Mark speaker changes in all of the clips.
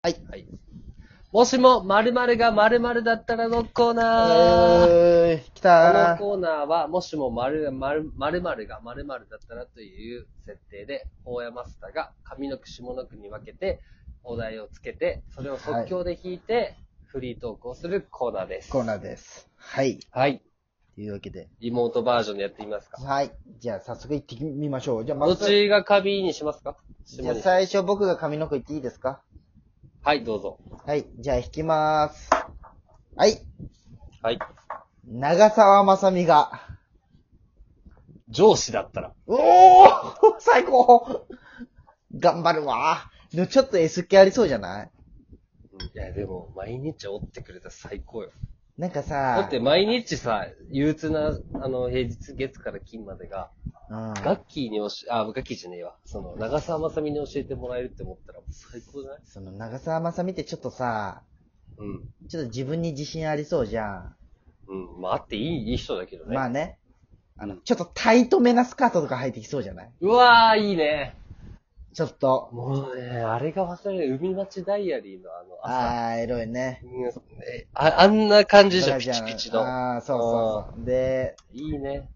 Speaker 1: はい。
Speaker 2: はい。もしも〇〇が〇〇だったらのコーナー。
Speaker 1: えー、来た
Speaker 2: このコーナーは、もしも〇〇〇〇が〇〇だったらという設定で、大山スタが上の句下の句に分けて、お題をつけて、それを即興で弾いて、フリートークをするコーナーです。
Speaker 1: コーナーです。はい。
Speaker 2: はい。
Speaker 1: というわけで。
Speaker 2: リモートバージョンでやってみますか。
Speaker 1: はい。じゃあ、早速行ってみましょう。じゃあ、ま
Speaker 2: どっ
Speaker 1: ず、
Speaker 2: ちがカビにしますか下
Speaker 1: じゃあ
Speaker 2: に。
Speaker 1: 最初僕が髪の毛行っていいですか
Speaker 2: はい、どうぞ。
Speaker 1: はい。じゃあ、引きまーす。はい。
Speaker 2: はい。
Speaker 1: 長澤まさみが。
Speaker 2: 上司だったら。
Speaker 1: おー最高頑張るわでもちょっと S 系ありそうじゃない
Speaker 2: いや、でも、毎日追ってくれたら最高よ。
Speaker 1: なん
Speaker 2: だ
Speaker 1: かさ
Speaker 2: っ、て毎日さ、憂鬱な、あの、平日月から金までが、
Speaker 1: うん、
Speaker 2: ガッキーに教え、あ、ガッキーじゃねえわ。その、長澤まさみに教えてもらえるって思ったら、最高じゃない
Speaker 1: その長澤まさみってちょっとさ、
Speaker 2: うん。
Speaker 1: ちょっと自分に自信ありそうじゃん。
Speaker 2: うん。まあ、あっていい、いい人だけどね。
Speaker 1: まあね。
Speaker 2: あの、
Speaker 1: ちょっとタイトめなスカートとか履いてきそうじゃないう
Speaker 2: わー、いいね。
Speaker 1: ちょっと。
Speaker 2: もうね、あれが忘れない。海町ダイアリーのあの、朝。
Speaker 1: あー、エロいね。
Speaker 2: うんえああんな感じじゃん、ピ
Speaker 1: じ
Speaker 2: チピチの。
Speaker 1: あー、そうそうそう。で、
Speaker 2: いいね。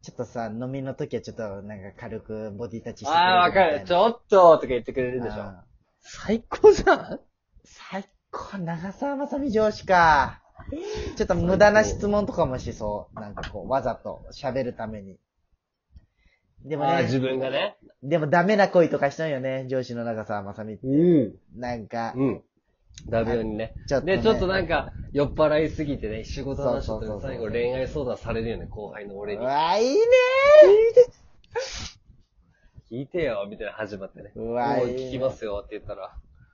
Speaker 1: ちょっとさ、飲みの時はちょっとなんか軽くボディタッチしてくれるみたい
Speaker 2: あー、わ
Speaker 1: な。
Speaker 2: かる。ちょっととか言ってくれるでし
Speaker 1: あ
Speaker 2: ょ
Speaker 1: ー。
Speaker 2: 最高じゃん
Speaker 1: 最高、長澤まさみ上司か。ちょっと無駄な質問とかもしそう。なんかこう、わざと喋るために。で
Speaker 2: で
Speaker 1: も
Speaker 2: もね、自
Speaker 1: ね、
Speaker 2: 分がね。
Speaker 1: でもダメな恋とかしないよね、上司の長澤まさみって。
Speaker 2: うん。
Speaker 1: なんか、
Speaker 2: うん。ダメようにね。
Speaker 1: ちょっと、ね。
Speaker 2: で、ちょっとなんか、酔っ払いすぎてね、仕事の話
Speaker 1: そう
Speaker 2: と
Speaker 1: そうそうそう
Speaker 2: 最後恋愛相談されるよね、後輩の俺
Speaker 1: う
Speaker 2: に。
Speaker 1: わあ、いいね
Speaker 2: 聞いてよ、みたいな始まってね。
Speaker 1: うわ
Speaker 2: もう
Speaker 1: いいね
Speaker 2: 聞きますよって言ったら、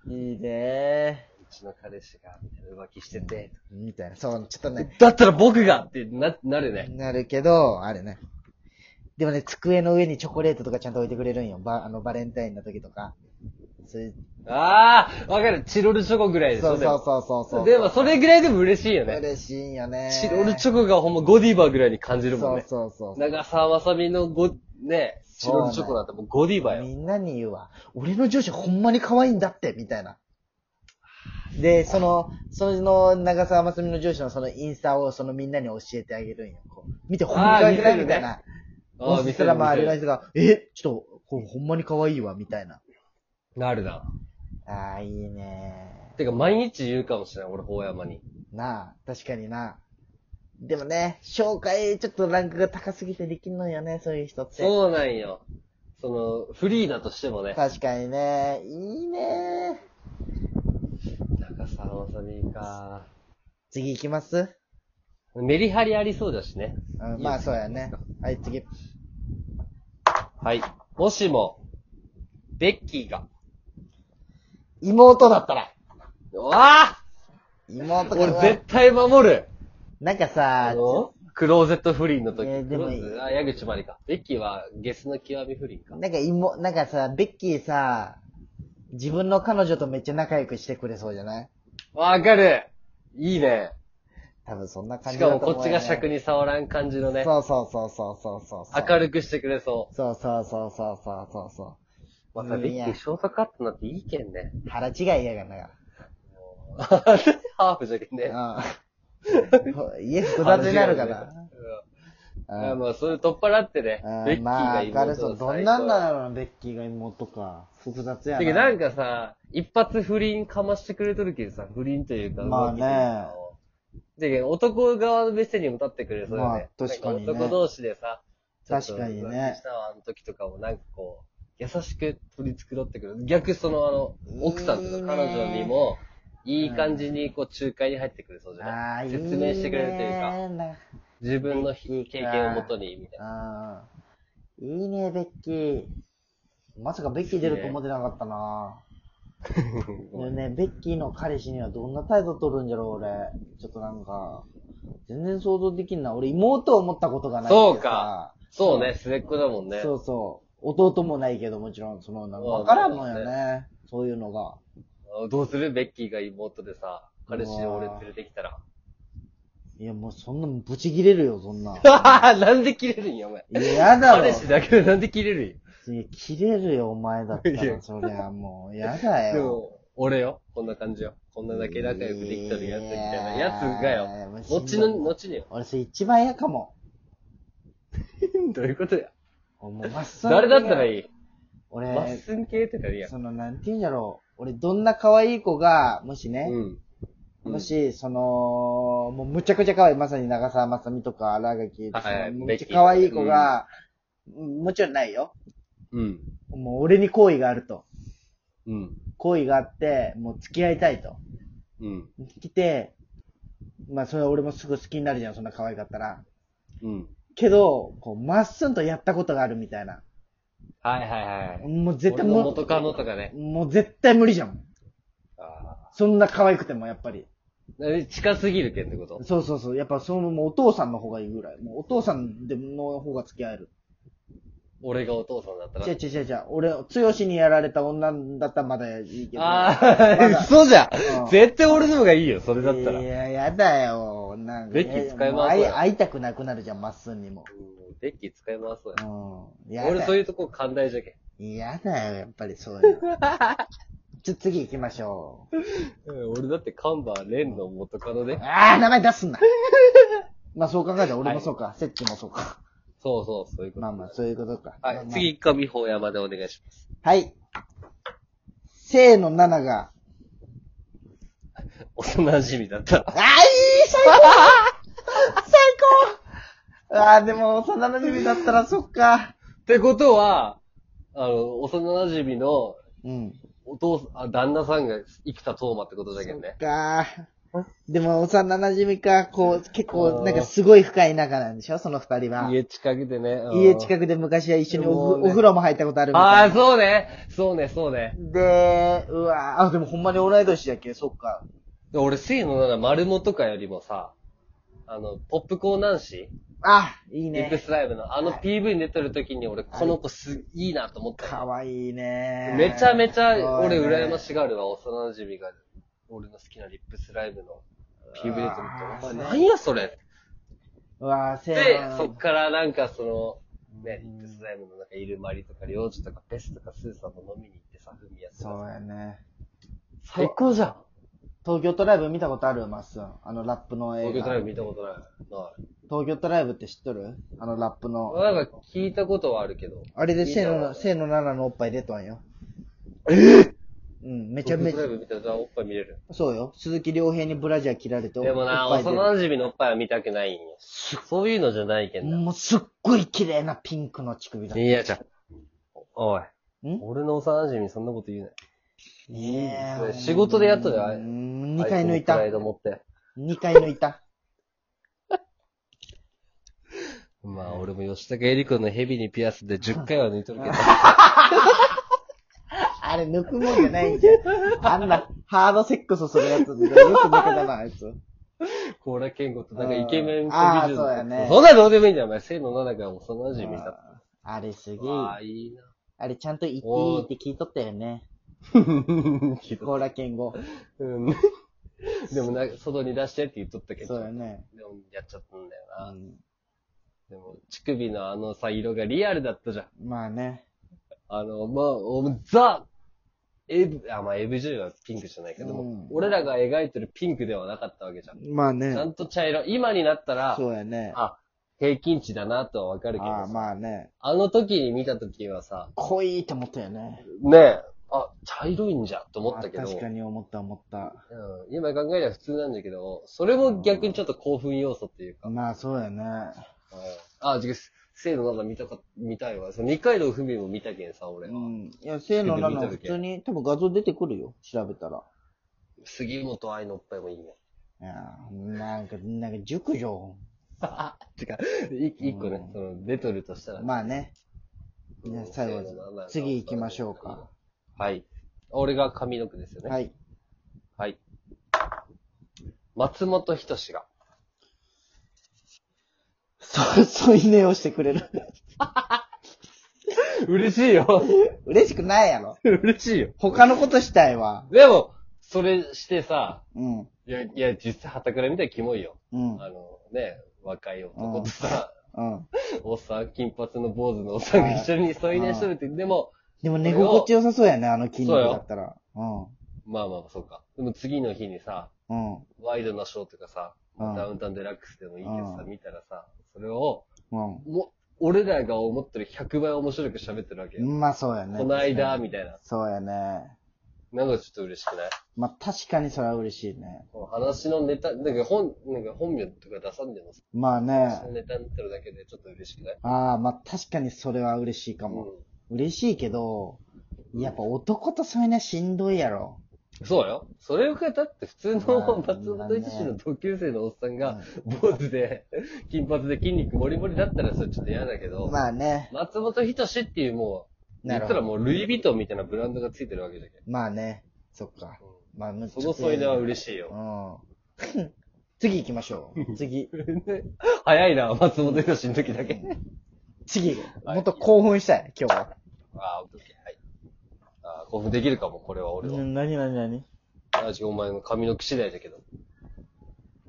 Speaker 1: ーいいね
Speaker 2: うちの彼氏が、みたいな浮気してて。
Speaker 1: ーみたいな、そう、ちょっとね、
Speaker 2: だったら僕がってな、なるね。
Speaker 1: なるけど、あれね。でもね、机の上にチョコレートとかちゃんと置いてくれるんよ。ば、あの、バレンタインの時とか。そういう
Speaker 2: あー、わかる。チロルチョコぐらいでし
Speaker 1: そ
Speaker 2: ょ、
Speaker 1: うそうそうそうそう。
Speaker 2: でも、でもそれぐらいでも嬉しいよね。
Speaker 1: 嬉しいんよね。
Speaker 2: チロルチ
Speaker 1: ョ
Speaker 2: ョコがほんまゴディバぐらいに感じるもんね。
Speaker 1: そうそうそう
Speaker 2: 長澤まさみのゴ、ね、チロルチョコなんてもうゴディバ
Speaker 1: そう。
Speaker 2: よ。
Speaker 1: みんなに言うわ。俺の上司ほんまに可愛いんだって、みたいな。で、その、その長澤まさみの上司のそのインスタをそのみんなに教えてあげるんよ。こう見て、ほんまに可愛
Speaker 2: あー見せるね
Speaker 1: くないみたいな。
Speaker 2: あ
Speaker 1: そ
Speaker 2: ー、見
Speaker 1: し
Speaker 2: せ
Speaker 1: た
Speaker 2: る
Speaker 1: ら
Speaker 2: 見せ
Speaker 1: 周りの
Speaker 2: る。
Speaker 1: 人が、え、ちょっと、こうほんまに可愛いわ、みたいな。
Speaker 2: なるな。
Speaker 1: ああ、いいね
Speaker 2: てか、毎日言うかもしれない、俺、大山に。
Speaker 1: なあ、確かにな。でもね、紹介、ちょっとランクが高すぎてできんのよね、そういう人って。
Speaker 2: そうなんよ。その、フリーだとしてもね。
Speaker 1: 確かにね。いいね
Speaker 2: 中澤まさみか。
Speaker 1: 次行きます
Speaker 2: メリハリありそうだしね。
Speaker 1: うん
Speaker 2: いい
Speaker 1: まあ
Speaker 2: です
Speaker 1: そうやね。はい、次。
Speaker 2: はい。もしも、ベッキーが。
Speaker 1: 妹だったら。
Speaker 2: うわあ
Speaker 1: 妹か
Speaker 2: 俺絶対守る
Speaker 1: なんか
Speaker 2: あ
Speaker 1: さ、
Speaker 2: のクローゼット不倫の時。
Speaker 1: えーでもいい
Speaker 2: クローゼあ、矢口まりか。ベッキーはゲスの極み不倫か。
Speaker 1: なんか妹、なんかさ、ベッキーさ、自分の彼女とめっちゃ仲良くしてくれそうじゃない
Speaker 2: わかるいいね。
Speaker 1: 多分そんな感
Speaker 2: し
Speaker 1: じ
Speaker 2: か
Speaker 1: だと
Speaker 2: も
Speaker 1: 思う、
Speaker 2: こっ
Speaker 1: ね。
Speaker 2: ちが尺に触らん感じのね。
Speaker 1: そうそうそうそうそうそう。
Speaker 2: 明
Speaker 1: る。
Speaker 2: るくしてくれそ。
Speaker 1: そうそうそうそうそうそうそう
Speaker 2: まあさ、ベ
Speaker 1: いい
Speaker 2: ッ
Speaker 1: や
Speaker 2: キーショートカットなんていいけんね。
Speaker 1: う。腹違いやがな。
Speaker 2: ハーフじゃけんね。
Speaker 1: うん。家複雑になるか
Speaker 2: あ
Speaker 1: ら。
Speaker 2: うん。あ
Speaker 1: うん
Speaker 2: まあ、そういう取っ払ってね。ベッキー
Speaker 1: ま
Speaker 2: が
Speaker 1: あ、明
Speaker 2: 妹
Speaker 1: るそう。どんなんだろうな、ベッキーが妹か。複雑や
Speaker 2: だ
Speaker 1: な。
Speaker 2: けどなんかさ、一発不倫かましてくれとるけどさ、不倫というか、
Speaker 1: まあね
Speaker 2: だけど男側の目線にも立ってくれそうよね。
Speaker 1: まあ確かに
Speaker 2: な
Speaker 1: ね
Speaker 2: ん男同士でさ、ちょっと
Speaker 1: 確かにね
Speaker 2: 浮気したわ、あの時とかもなんかこう、優しく取り繕ってくる。逆そのあの、奥さんとか彼女にも、いい感じにこう仲介に入ってくれそうじゃ
Speaker 1: あ
Speaker 2: な
Speaker 1: あ、
Speaker 2: い説明してくれるというか。
Speaker 1: いいね
Speaker 2: 自分の経験をもとに、み たいな。
Speaker 1: あーいいね、ベッキー。まさかベッキー出ると思ってなかったな。でもね、ベッキーの彼氏にはどんな態度取るんじゃろう、俺。ちょっとなんか、全然想像できんな。俺、妹を思ったことがない
Speaker 2: そう
Speaker 1: けどさ
Speaker 2: か。そうね、末っ子だもんね。
Speaker 1: そうそう。弟もないけど、もちろん、その、なんか、
Speaker 2: うん
Speaker 1: わからんのよね。そういうのが。
Speaker 2: あどうするベッキーが妹でさ、彼氏を俺連れてきたら。
Speaker 1: いや、もうそんな、ブチ切れるよ、そんな。い
Speaker 2: なんで切れるんや、お前。
Speaker 1: や、やだ ろ。
Speaker 2: 彼氏だけでなんで切れるん
Speaker 1: いや切れるよ、お前だった
Speaker 2: いや
Speaker 1: ら、そりゃ、もう、やだ
Speaker 2: や。で
Speaker 1: よ。
Speaker 2: も、俺よ。こんな感じよ。こんなだけ仲良くできとるやつみたいなやつがよ。
Speaker 1: よ
Speaker 2: 後の、後によ。
Speaker 1: 俺それ一番嫌かも。
Speaker 2: どういうことや。
Speaker 1: もうまっさら
Speaker 2: 誰だったらいい
Speaker 1: 俺、
Speaker 2: まっすん系って何や。
Speaker 1: その、なんて言うんだろう。俺、どんな可愛い子が、もしね、
Speaker 2: うん。
Speaker 1: もし、その、もうむちゃくちゃ可愛い、まさに長澤まさみとか荒垣結衣と
Speaker 2: はいは
Speaker 1: か、
Speaker 2: い
Speaker 1: もうめっちゃ可愛い子が、うんもちろんないよ。
Speaker 2: うん。
Speaker 1: もう俺に好意があると。
Speaker 2: うん。
Speaker 1: 好意があって、もう付き合いたいと。
Speaker 2: うん。
Speaker 1: 来て、まあそれは俺もすぐ好きになるじゃん、そんな可愛かったら。
Speaker 2: うん。
Speaker 1: けど、こう、まっすんとやったことがあるみたいな。
Speaker 2: はいはいはい。
Speaker 1: もう絶対
Speaker 2: 俺の
Speaker 1: も
Speaker 2: 元カノとかね。
Speaker 1: う、もう絶対無理じゃん。
Speaker 2: あ
Speaker 1: そんな可愛くても、やっぱり。
Speaker 2: あ。近すぎるけんってこと
Speaker 1: そうそうそう。やっぱその、もうお父さんの方がいいぐらい。もうお父さんでの方が付き合える。
Speaker 2: 俺がお父さんだったら。
Speaker 1: 違う違う違う違う。俺、強しにやられた女だったらまだいいけど。
Speaker 2: あ
Speaker 1: ま
Speaker 2: あ、
Speaker 1: だ
Speaker 2: 嘘じゃん
Speaker 1: うん
Speaker 2: 絶対俺の方がいいよ、それだったら。
Speaker 1: いや、やだよ。なんか。
Speaker 2: ベッキー使い回そうよ
Speaker 1: もう会い会いたくなくなるじゃん、まっすんにも。
Speaker 2: うんデッキ使い回そうよ。
Speaker 1: うん。やだよ。
Speaker 2: 俺そういうとこ寛大じゃけん。
Speaker 1: やだよ、やっぱりそういうの。 ちょ、次行きましょ う。
Speaker 2: うん俺だってカンバーレンの元カノで。
Speaker 1: ああ、名前出すな。まあそう考えたら俺もそうか、セッチもそうか。
Speaker 2: そうそう、そういうこと。
Speaker 1: まあまあ、そういうことか。
Speaker 2: はい、
Speaker 1: まあまあ
Speaker 2: 次、上方山でお願いします。
Speaker 1: はい。せーの7が。
Speaker 2: 幼馴染だった。
Speaker 1: あー、いい最高最高あー、でも幼馴染だったらそっか。
Speaker 2: ってことは、あの、幼馴染の
Speaker 1: うん。
Speaker 2: お父さん、あ、旦那さんが生田斗真ってことだけどね。
Speaker 1: かー。でも幼馴染か、こう、結構なんかすごい深い仲なんでしょその二人は。
Speaker 2: 家近くでね。うん
Speaker 1: 家近くで昔は一緒にお,、
Speaker 2: もうね
Speaker 1: お風呂も入ったことあるみ
Speaker 2: あ
Speaker 1: た
Speaker 2: あ、
Speaker 1: いな。
Speaker 2: そうね。そうね、そうね。
Speaker 1: で、うわーあ、でもほんまに同い年やっけ、そっか。
Speaker 2: で俺、生の7、丸本とかよりもさ、あの、ポップコーン男子、
Speaker 1: あ、いい
Speaker 2: リップ
Speaker 1: ね。
Speaker 2: スライブのあの
Speaker 1: はい
Speaker 2: PV に出てる時に俺、この子す、いいなと思った。
Speaker 1: かわいいね。
Speaker 2: めちゃめちゃ俺、
Speaker 1: そうね
Speaker 2: 羨ましがるわ、幼馴染が、俺の好きなリップスライブの PV 出てる
Speaker 1: あ
Speaker 2: と。
Speaker 1: ー
Speaker 2: お前、何やそれ
Speaker 1: うわーせ
Speaker 2: で
Speaker 1: ー、の。
Speaker 2: そっからなんかその、ね、
Speaker 1: う
Speaker 2: リ
Speaker 1: ん
Speaker 2: ップスライムの中いるマリとか、りょうじとか、ペスとか、スーさんも飲みに行ってさ、ふみやと
Speaker 1: そう
Speaker 2: か
Speaker 1: やね。
Speaker 2: さ最高じゃん。
Speaker 1: 東京トライブ見たことあるまっすん。あのラップの映
Speaker 2: 東京
Speaker 1: 画。
Speaker 2: ドライブ見たことない。ない。
Speaker 1: 東京トライブって知っとるあのラップの。
Speaker 2: なんか聞いたことはあるけど。
Speaker 1: あれでせー
Speaker 2: 見た
Speaker 1: の、
Speaker 2: わ
Speaker 1: せーの7のおっぱい出たんよ。えうん、めちゃめ
Speaker 2: 東京
Speaker 1: ち
Speaker 2: ドライ、ブ
Speaker 1: ゃ
Speaker 2: 見たらおっぱい見れる。
Speaker 1: そうよ。鈴木亮平にブラジャー切られてお
Speaker 2: でもな、
Speaker 1: おっぱい出
Speaker 2: 幼馴染のおっぱいは見たくないんよ。そういうのじゃないけん
Speaker 1: る
Speaker 2: な。
Speaker 1: もうすっごい綺麗なピンクの乳首だ。
Speaker 2: いや、じゃおい。
Speaker 1: ん
Speaker 2: 俺の幼馴染にそんなこと言うなよ。
Speaker 1: ね
Speaker 2: それ仕事でやっとるよあれ
Speaker 1: 2回抜いた
Speaker 2: あ。つのプライド持って。
Speaker 1: 2回抜いた。
Speaker 2: まあ、俺も吉高恵里子の蛇にピアスで10回は抜いとるけど。
Speaker 1: あれ抜くもんじゃないんじゃん。あんなハードセックスするやつでよく抜けたな、あいつ。
Speaker 2: コーラ健吾となんかイケメンコンビ
Speaker 1: あー
Speaker 2: ジョン
Speaker 1: そうやね
Speaker 2: そんなんどうでもいいんだよ、お前。生の7が幼馴染みだ。
Speaker 1: あれすげえ。
Speaker 2: ああ、いいな。
Speaker 1: あれちゃんと言っていいって聞いとったよね。
Speaker 2: ひどい
Speaker 1: コーラ健 吾。
Speaker 2: うんでもな、外に出してって言っとったけど。
Speaker 1: そうよね。
Speaker 2: でも、やっちゃったんだよな。
Speaker 1: うん
Speaker 2: でも、乳首のあのさ、色がリアルだったじゃん。
Speaker 1: まあね。
Speaker 2: あの、まあ、おザ、エブ、あ、まあ、エブ10はピンクじゃないけども、
Speaker 1: うん
Speaker 2: 俺らが描いてるピンクではなかったわけじゃん。
Speaker 1: まあ
Speaker 2: ちゃ
Speaker 1: ね。
Speaker 2: んと茶色。今になったら、
Speaker 1: そうやね。
Speaker 2: あ、平均値だなとはわかるけど
Speaker 1: ああ、
Speaker 2: さ、
Speaker 1: まあね。
Speaker 2: あの時に見た時はさ、
Speaker 1: 濃いって思ったよね。
Speaker 2: ねえ、あ、茶色いんじゃ、と思ったけ
Speaker 1: あ
Speaker 2: ど、
Speaker 1: 確かに思った思った。
Speaker 2: うん、今考えれば普通なんだけど、それも逆にちょっと興奮要素っていうか、
Speaker 1: まあそうや
Speaker 2: う
Speaker 1: ね。
Speaker 2: んあ、違う、生の7見たか、見たいわ。その二階堂ふみも見たけんさ、俺
Speaker 1: う
Speaker 2: は。
Speaker 1: ん。いや、せーのな
Speaker 2: 見た
Speaker 1: の
Speaker 2: 時
Speaker 1: 普通に、多分画像出てくるよ。調べたら。
Speaker 2: 杉本愛のおっぱいもいいね。
Speaker 1: いやーなんか、なんか熟女。
Speaker 2: 違う、い一個ね、その、レトルとしたら、
Speaker 1: まあね。じゃあ最
Speaker 2: せーの
Speaker 1: 後
Speaker 2: 七、
Speaker 1: 次行きましょうか。
Speaker 2: はい。俺が上の句ですよね。。
Speaker 1: はいい。
Speaker 2: はい、松本人志 が。
Speaker 1: そ、添い寝をしてくれる。
Speaker 2: 嬉しいよ。
Speaker 1: 嬉しくないやろ。
Speaker 2: 嬉しいよ。
Speaker 1: 他のことしたいわ。
Speaker 2: でも、それしてさ、
Speaker 1: うん。
Speaker 2: いや、いや、実際、旗から見たらキモいよ。
Speaker 1: うん。
Speaker 2: あの、ね、若い男とさ、
Speaker 1: うん。
Speaker 2: おっさん、金髪の坊主のおっさんが一緒に添い寝しとるって、でも、
Speaker 1: でも寝心地良さそうやね、あの筋肉だったら。うん。
Speaker 2: まあまあ、そうか。でも次の日にさ、
Speaker 1: うん。
Speaker 2: ワイドなショーとかさ、
Speaker 1: うん
Speaker 2: ダウンタウンデラックスでもいいけどさ、
Speaker 1: う
Speaker 2: 見たらさ、それを、
Speaker 1: う
Speaker 2: も、俺らが思ってる100倍面白く喋ってるわけよ。
Speaker 1: ん。まあそうやね。
Speaker 2: この間、
Speaker 1: 確かに
Speaker 2: みたいな。
Speaker 1: そうやね。
Speaker 2: なんかちょっと嬉しくない
Speaker 1: まあ確かにそれは嬉しいね。
Speaker 2: この話のネタ、なんか本、なんか本名とか出さんでもさ、
Speaker 1: まあ
Speaker 2: 話の
Speaker 1: ね。
Speaker 2: ネタになってるだけでちょっと嬉しくない
Speaker 1: ああ、まあ確かにそれは嬉しいかも。
Speaker 2: う
Speaker 1: 嬉しいけど、やっぱ男とそういうのはしんどいやろ。
Speaker 2: んそうよ。それをか、だって普通の
Speaker 1: まあ
Speaker 2: 松本一志の同級生のおっさんが
Speaker 1: う、
Speaker 2: 坊主で、金髪で筋肉もりもりだったらそれちょっと嫌だけど、
Speaker 1: まあね。
Speaker 2: 松本人志っていうもう、
Speaker 1: な
Speaker 2: 言
Speaker 1: る
Speaker 2: っ
Speaker 1: ほ
Speaker 2: たら
Speaker 1: ど。
Speaker 2: もうルイ・ヴィトンみたいなブランドがついてるわけじゃけ、
Speaker 1: まあね。そっか。まあ、む
Speaker 2: ん。
Speaker 1: っ
Speaker 2: その添い寝は
Speaker 1: し
Speaker 2: 嬉しいよ。
Speaker 1: い。うん。 次行きましょう。次。
Speaker 2: 早いな、松本人志の時だけ。
Speaker 1: 次。もっと興奮したい、今日は。
Speaker 2: ああ、オッケー、はい。ああ、興奮できるかも、これは俺は。
Speaker 1: なになになに
Speaker 2: ラジオお前の髪の毛次第だけど。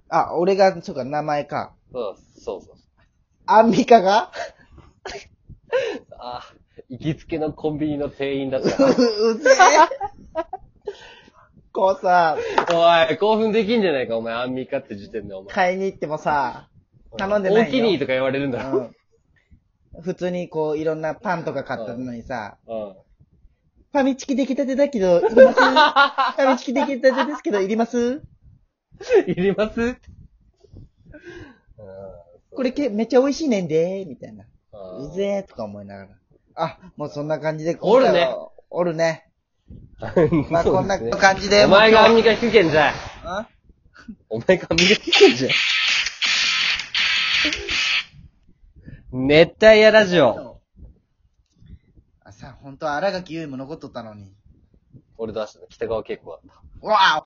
Speaker 1: あ、俺が、そうか、名前か。
Speaker 2: そうそうそう。
Speaker 1: アンミカが
Speaker 2: ああ、行きつけのコンビニの店員だった。
Speaker 1: うぜえ。こうさ、
Speaker 2: おい、興奮できんじゃないか、お前、アンミカって時点で、お前。
Speaker 1: 買いに行ってもさ、頼んでないよ
Speaker 2: 大きにとか言われるんだ
Speaker 1: う
Speaker 2: ろ。
Speaker 1: ん。普通にこう、いろんなパンとか買ったのにさ、
Speaker 2: うん。
Speaker 1: ファミチキ出来たてだけど、いりますファミチキ出来たてですけど、いります
Speaker 2: いりますうん。
Speaker 1: これけめっちゃ美味しいねんで、みたいな。
Speaker 2: うん
Speaker 1: うぜえとか思いながら。あ、もうそんな感じで。
Speaker 2: おるね
Speaker 1: 今回は。おるね。ま あ
Speaker 2: そう
Speaker 1: こんな
Speaker 2: ですね
Speaker 1: 感じで。
Speaker 2: お前がアン
Speaker 1: もう
Speaker 2: ミカ引くけんじゃい。
Speaker 1: 今日はん
Speaker 2: お前がアンミカ引くけんじゃい。熱帯夜ラジオ。
Speaker 1: あさ、本当は荒垣結衣も残っとったのに。
Speaker 2: 俺出したの、北川景子だった。
Speaker 1: うわあ